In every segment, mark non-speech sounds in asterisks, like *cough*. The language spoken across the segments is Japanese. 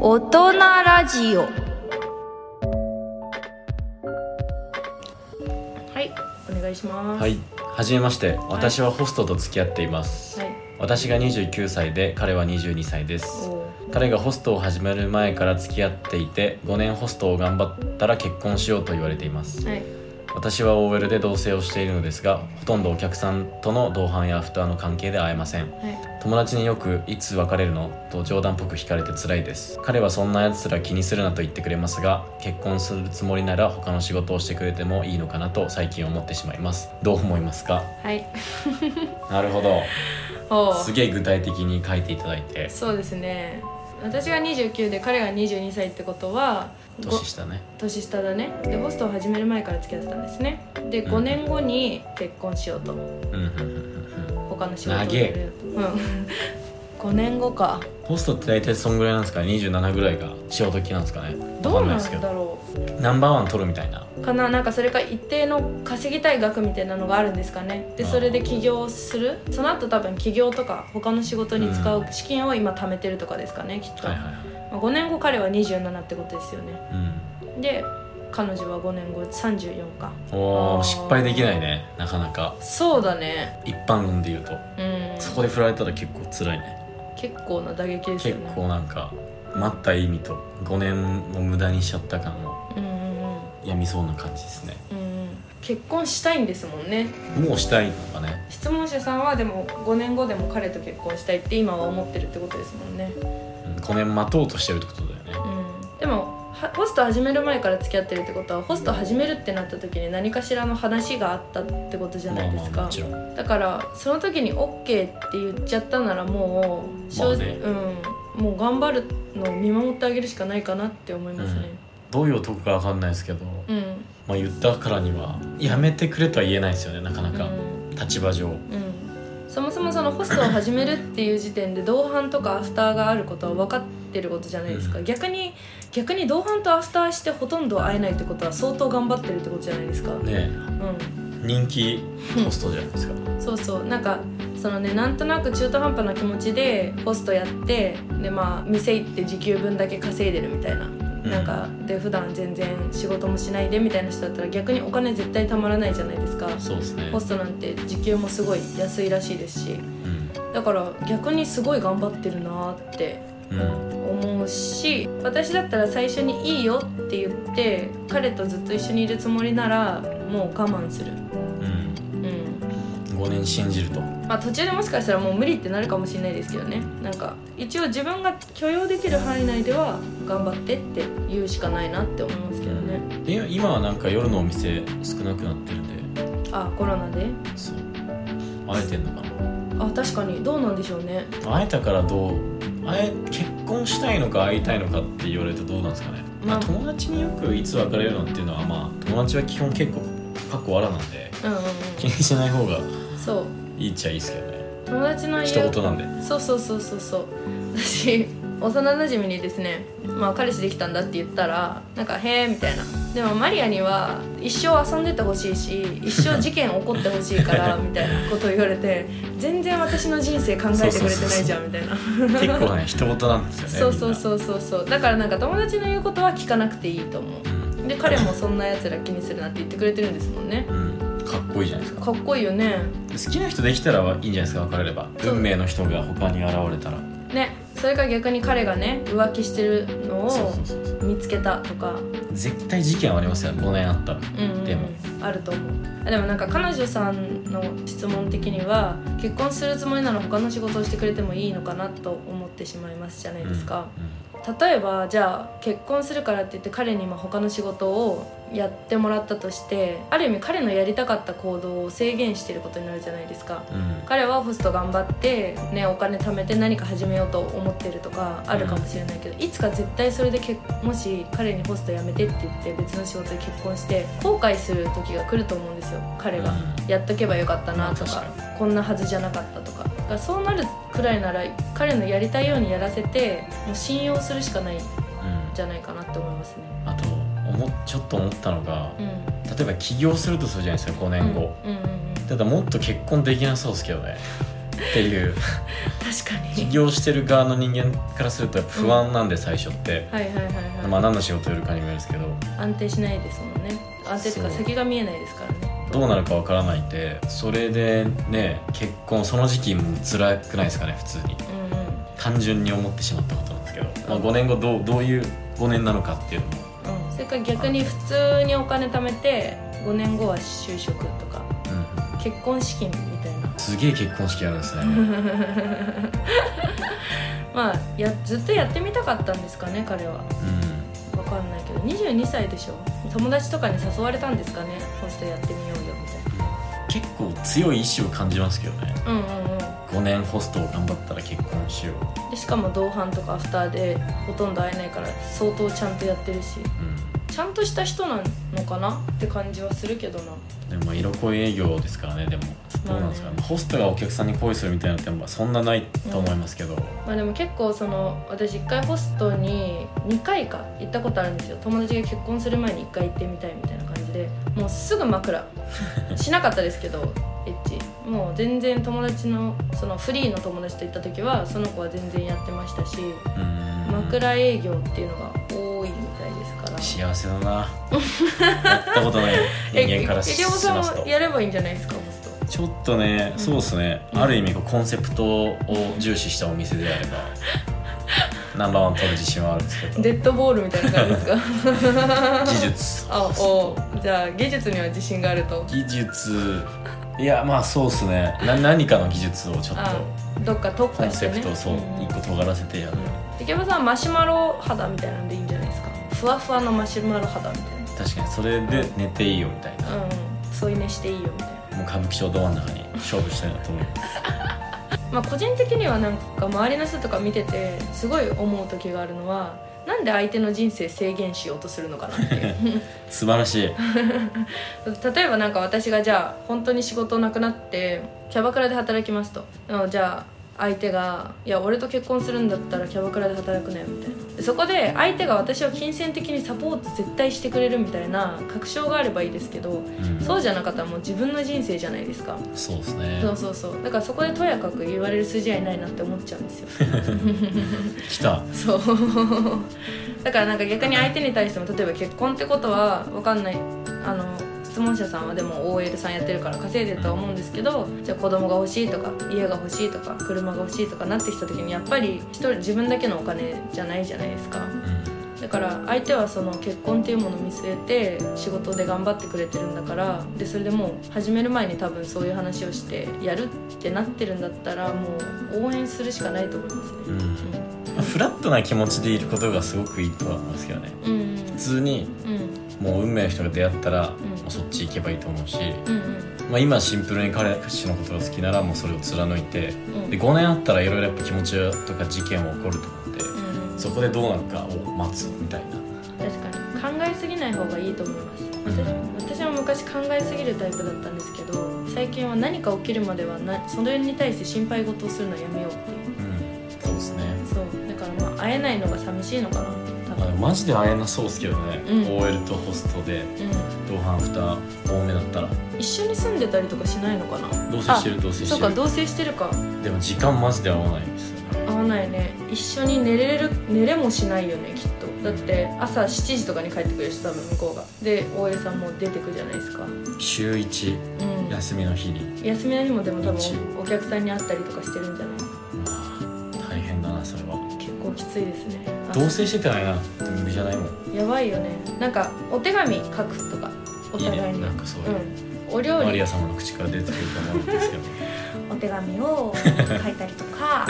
大人ラジオはいお願いしますはい、はじめまして。私はホストと付き合っています。はい私が29歳で、彼は22歳です。お彼がホストを始める前から付き合っていて、5年ホストを頑張ったら結婚しようと言われています。はい私は OL で同棲をしているのですが、ほとんどお客さんとの同伴やアフターの関係で会えません。はい友達によく「いつ別れるの?」と冗談っぽく聞かれて辛いです彼はそんなやつら気にするなと言ってくれますが結婚するつもりなら他の仕事をしてくれてもいいのかなと最近思ってしまいますどう思いますかはいなるほどおすげえ具体的に書いていただいてそうですね私が29で彼が22歳ってことはご年下ね年下だねでホストを始める前から付き合ってたんですねでうん5年後に結婚しようとうんうんうんうんうん他の仕事を長やえるうん *laughs* 5年後かホストって大体そんぐらいなんですかね27ぐらいが潮時なんですかねどうなわかんないですけんだどろナンバーワン取るみたいなうかななんかそれか一定の稼ぎたい額みたいなのがあるんですかねでそれで起業するその後多分起業とか他の仕事に使う資金を今貯めてるとかですかねきっと、はいはいはいまあ5年後彼は27ってことですよねうんで彼女は5年後34かおあーー失敗できないねなかなかそうだね一般論で言うとうんそこで振られたら結構辛いね結構な打撃ですよ結ね構なんか待った意味と5年を無駄にしちゃった感をうんうんうんやみそうな感じですねうん結婚したいんですもんねもうしたいのかね質問者さんはでも5年後でも彼と結婚したいって今は思ってるってことですもんね、うん5年待とうとしてるってことだよねうん、でもはホスト始める前から付き合ってるってことはホスト始めるってなった時に何かしらの話があったってことじゃないですまかあまあもちろんだからその時に OK って言っちゃったならもう正直、うん、もう頑張るのを見守ってあげるしかないかなって思いますねどういう男かわかんないですけど、うん、まあ、言ったからにはやめてくれとは言えないですよねなかなうか、ん立場上うん、そもそもそのホストを始めるっていう時点で同伴とかアフターがあることは分かってることじゃないですか、うん逆に逆に同伴とアフターしてほとんど会えないってことは相当頑張ってるってことじゃないですか、うねえん、人気ホストじゃないですか、そうそうなんかそのねなんとなく中途半端な気持ちでホストやってでまあ店行って時給分だけ稼いでるみたいな。うんなんかで普段全然仕事もしないでみたいな人だったら逆にお金絶対たまらないじゃないですかそうですねホストなんて時給もすごい安いらしいですしうんだから逆にすごい頑張ってるなってうん思うし私だったら最初に「いいよ」って言って彼とずっと一緒にいるつもりならもう我慢するうんうん5年信じるとまあ途中でもしかしたらもう無理ってなるかもしれないですけどねなんか一応自分が許容できる範囲内では頑張ってって言うしかないなって思いますけどねで今はなんか夜のお店少なくなってるんであコロナでそう会えてんのかなあ確かにどうなんでしょうね会えたからどう会え結婚したいのか会いたいのかって言われるとどうなんですかね、ままあ、あ友達によくいつ別れるのっていうのはまあ友達は基本結構かっこわらなんでうんうん気にしない方がうんそういいっちゃいいですけどね友達の家一言なんでそうそうそうそうそう私幼なじみにですね「まあ、彼氏できたんだ」って言ったらなんか「へえ」みたいなでもマリアには一生遊んでてほしいし一生事件起こってほしいから *laughs* みたいなことを言われて全然私の人生考えてくれてないじゃんみたい *laughs* な結構ね一言なんですよねそうそうう、そうそうそうだからなんか友達の言うことは聞かなくていいと思みんなうで彼もそんなやつら気にするなって言ってくれてるんですもんねうんうん、かっこいいじゃないですかかっこいいよね好きな人できたらいいんじゃないですか別れればそう運命の人が他に現れたらねそれが逆に彼がね浮気してるのそうをそうそうそう見つけたとか絶対事件はありますよ5年あったらうんうんうんでもあると思うあでもなんか彼女さんの質問的には結婚するつもりなら他の仕事をしてくれてもいいのかなと思ってしまいますじゃないですか、、例えばじゃあ結婚するからって言って彼に今他の仕事をやってもらったとしてある意味彼のやりたかった行動を制限してることになるじゃないですかうんうん彼はホスト頑張って、ね、お金貯めて何か始めようと思ってるとかあるかもしれないけど、いつか絶対それで結もし彼にホスト辞めてって言って別の仕事で結婚して後悔する時が来ると思うんですよ彼が、うんやっとけばよかったなとまかあ確こんなはずじゃなかったとかだからそうなるくらいなら彼のやりたいようにやらせてもう信用するしかないんうんじゃないかなって思いますね。あと思ちょっと思ったのがうん、例えば起業するとするじゃないですか5年後、うんうんうんうんただもっと結婚できなそうですけどねっていう確か起 *laughs* に業してる側の人間からするとやっぱ不安なんで最初って、はいはいはいはい、まあ何の仕事やるかにもよるんですけど安定しないですもんね安定っていうかそう先が見えないですからねどうなるかわからないってそれでね結婚その時期も辛くないですかね普通にうんうんうん単純に思ってしまったことなんですけど、まあ、5年後どうどういう5年なのかっていうのもそれから逆に普通にお金貯めて5年後は就職とかうん結婚資金みたいな *laughs* すげえ結婚式あるんですねまあやずっとやってみたかったんですかね彼はうんわかんないけど22歳でしょ友達とかに誘われたんですかねホストやってみようよみたい結構強い意志を感じますけどねなうんうんうん5年ホストを頑張ったら結婚しよう、でしかも同伴とかアフターでほとんど会えないから相当ちゃんとやってるしう、ちゃんとした人なのかなって感じはするけどなんでもまあ色恋営業ですからねでもどうなんですか、まあホストがお客さんに恋するみたいなのってまあそんなないと思いますけど、まあでも結構その私1回ホストに2回か行ったことあるんですよ友達が結婚する前に1回行ってみたいみたいな感じでもうすぐ *laughs* 枕しなかったですけどエッチもう全然友達のそのフリーの友達と行った時はその子は全然やってましたしうん枕営業っていうのが多いみたいですから幸せだなやったことない人間からし *laughs* ええりょうしさんますはとやればいいんじゃないですかホストちょっとねうんそうですね、うんある意味こうコンセプトを重視したお店であれ *laughs* ばナンバーワン取る自信はあるんですけどデッドボールみたいな感じですか技術 *laughs* あおじゃあ芸術には自信があると技術いやまあそうですねな何かの技術をちょっあとどっか特コ化ンしセてプねトをそううん一個尖らせてやる、池山さんはマシュマロ肌みたいなんでいいんじゃないですかふわふわのマシュマロ肌みたい確かにそれで寝ていいよみたいな、なうん添い寝していいよみたいなもう歌舞伎町ど真ん中に勝負したいなと思いますまあ個人的にはなんか周りの人とか見ててすごい思う時があるのはなんで相手の人生制限しようとするのかなっていう素晴らしい例えばなんか私がじゃあ本当に仕事なくなってキャバクラで働きますとうんじゃあ相手が「いや俺と結婚するんだったらキャバクラで働くね」みたいなそこで相手が私を金銭的にサポート絶対してくれるみたいな確証があればいいですけどうんそうじゃなかったらもう自分の人生じゃないですかそうですねそうそうそうだからそこでとやかく言われる筋合いないなって思っちゃうんですよ来たそうだからなんか逆に相手に対しても例えば結婚ってことはわかんないあの質問者さんはでも OL さんやってるから稼いでるとは思うんですけどじゃあ子供が欲しいとか家が欲しいとか車が欲しいとかなってきた時にやっぱり一人自分だけのお金じゃないじゃないですかうんだから相手はその結婚っていうものを見据えて仕事で頑張ってくれてるんだからでそれでもう始める前に多分そういう話をしてやるってなってるんだったらもう応援するしかないと思いますね。うんフラットな気持ちでいることがすごくいいとは思うんですけどねうんうん普通にうんもう運命の人が出会ったら、んもうそっち行けばいいと思うし、うんうんまあ、今シンプルに彼氏のことが好きならもうそれを貫いてうんで5年あったらいろいろやっぱ気持ちとか事件は起こると思ってうんうんそこでどうなるかを待つみたいな確かに考えすぎない方がいいと思います私私は昔考えすぎるタイプだったんですけど最近は何か起きるまではなそれに対して心配事をするのはやめようっていううんそうですねそうだからまあ会えないのが寂しいのかな多まあ、分マジで会えなそうですけどね、うん OL とホストでうん同伴蓋多めだったら一緒に住んでたりとかしないのかな同棲してる同棲あしそうてかる同棲してるかでも時間マジで合わないですよね合わないね一緒に寝れる寝れもしないよねきっとだって朝7時とかに帰ってくるし多分向こうがで OL さんも出てくじゃないですかうん週1休みの日に、休みの日もでも多分一お客さんに会ったりとかしてるんじゃないまあ、大変だなそれは結構きついですねあ同棲してたらいいなって無理じゃないもんやばいよねなんかお手紙書くとかおいい互ねいになんかそういうう、んお料マリ理ア様の口から出てくると思うんですけど *laughs* お手紙 *laughs* を書いたりとか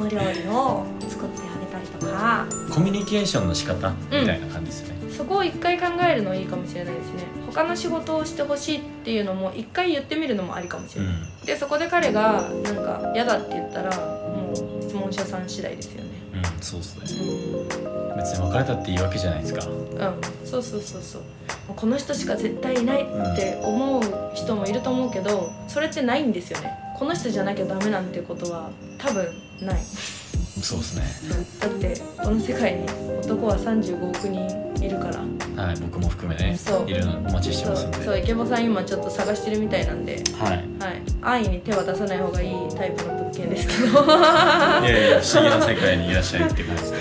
お料理を作ってあげたりとかコミュニケーションの仕方みたいな感じですよね、そこを一回考えるのいいかもしれないですね他の仕事をしてほしいっていうのも一回言ってみるのもありかもしうれんない、でそこで彼がなんか嫌だって言ったらもう質問者さん次第ですよねうん、そうですねう別に別れたっていいわけじゃないですかん、うん、そうそうそうそうもうこの人しか絶対いないって思う人もいると思うけどそれってないんですよねこの人じゃなきゃダメなんてことは多分ないそうですねだってこの世界に男は35億人いるからはい僕も含めねそういろいろお待ちしてそますんうでそうイケボさん今ちょっと探してるみたいなんではいはい、安易に手は出さない方がいいタイプの物物件ですけど *laughs* 不思いやいや不思議な世界にいらっしゃいってことです *laughs* ね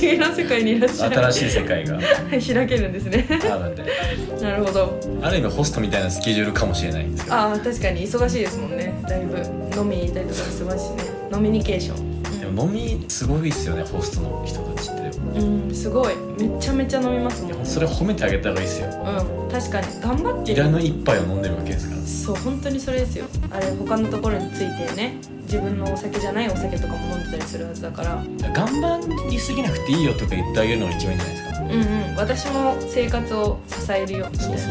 議な世界にいらっしゃる新しい世界がはい開けるんですねあるんで *laughs* なるほどある意味ホストみたいなスケジュールかもしれないんですけどああ確かに忙しいですもんねだいぶ飲みに行ったりとかしてますしね飲みニケーションでも飲みすごいですよねホストの人たちってうん、すごいめちゃめちゃ飲みますもんそれ褒めてあげた方がいいですようん確かに頑張っていらぬ一杯を飲んでるわけですからそう本当にそれですよあれ他のところについてね自分のお酒じゃないお酒とかも飲んでたりするはずだから頑張りすぎなくていいよとか言ってあげるのが一番いいんじゃないですかうんうん私も生活を支えるよみたいなそう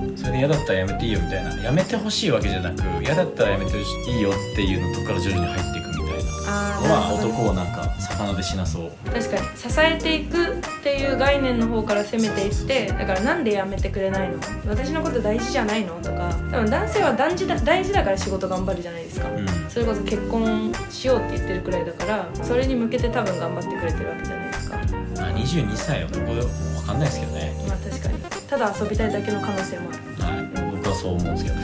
うんうんそれで嫌だったらやめていいよみたいなやめてほしいわけじゃなく嫌だったらやめていいよっていうのとこから徐々に入っていくみたいなあーまなあるほ男どをなんか魚で死なそう確かに支えていくっていう概念の方から攻めていってだからなんでやめてくれないの私のこと大事じゃないのとか多分男性は大事だ大事だから仕事頑張るじゃないですかうんそれこそ結婚しようって言ってるくらいだからそれに向けて多分頑張ってくれてるわけじゃないですかまあ22歳男わかんないですけどねまあ確かにただ遊びたいだけの可能性もあるはい僕はそう思うんですけど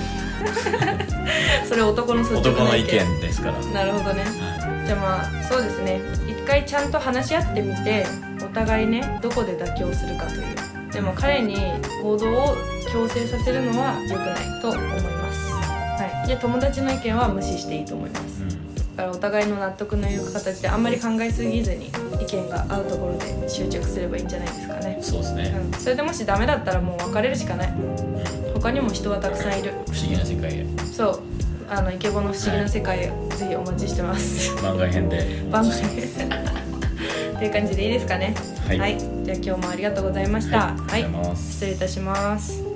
それ男の率直男なの意見ですからなるほどねはじゃあまあそうですね一回ちゃんと話し合ってみてお互いねどこで妥協するかというでも彼に行動を強制させるのは良くないと思いますはいで友達の意見は無視していいと思いまいすうんだからお互いの納得のいく形であんまり考えすぎずに意見が合うところで執着すればいいんじゃないですかねそうですね、うんそれでもしダメだったらもう別れるしかないうん他にも人はたくさんいる不思議な世界へそうあのイケボの不思議な世界をぜひお待ちしてます番外編で番組 *laughs* っていう感じでいいですかねはい、はい、じゃあ今日もありがとうございましたあはりいがとうございます失礼いたします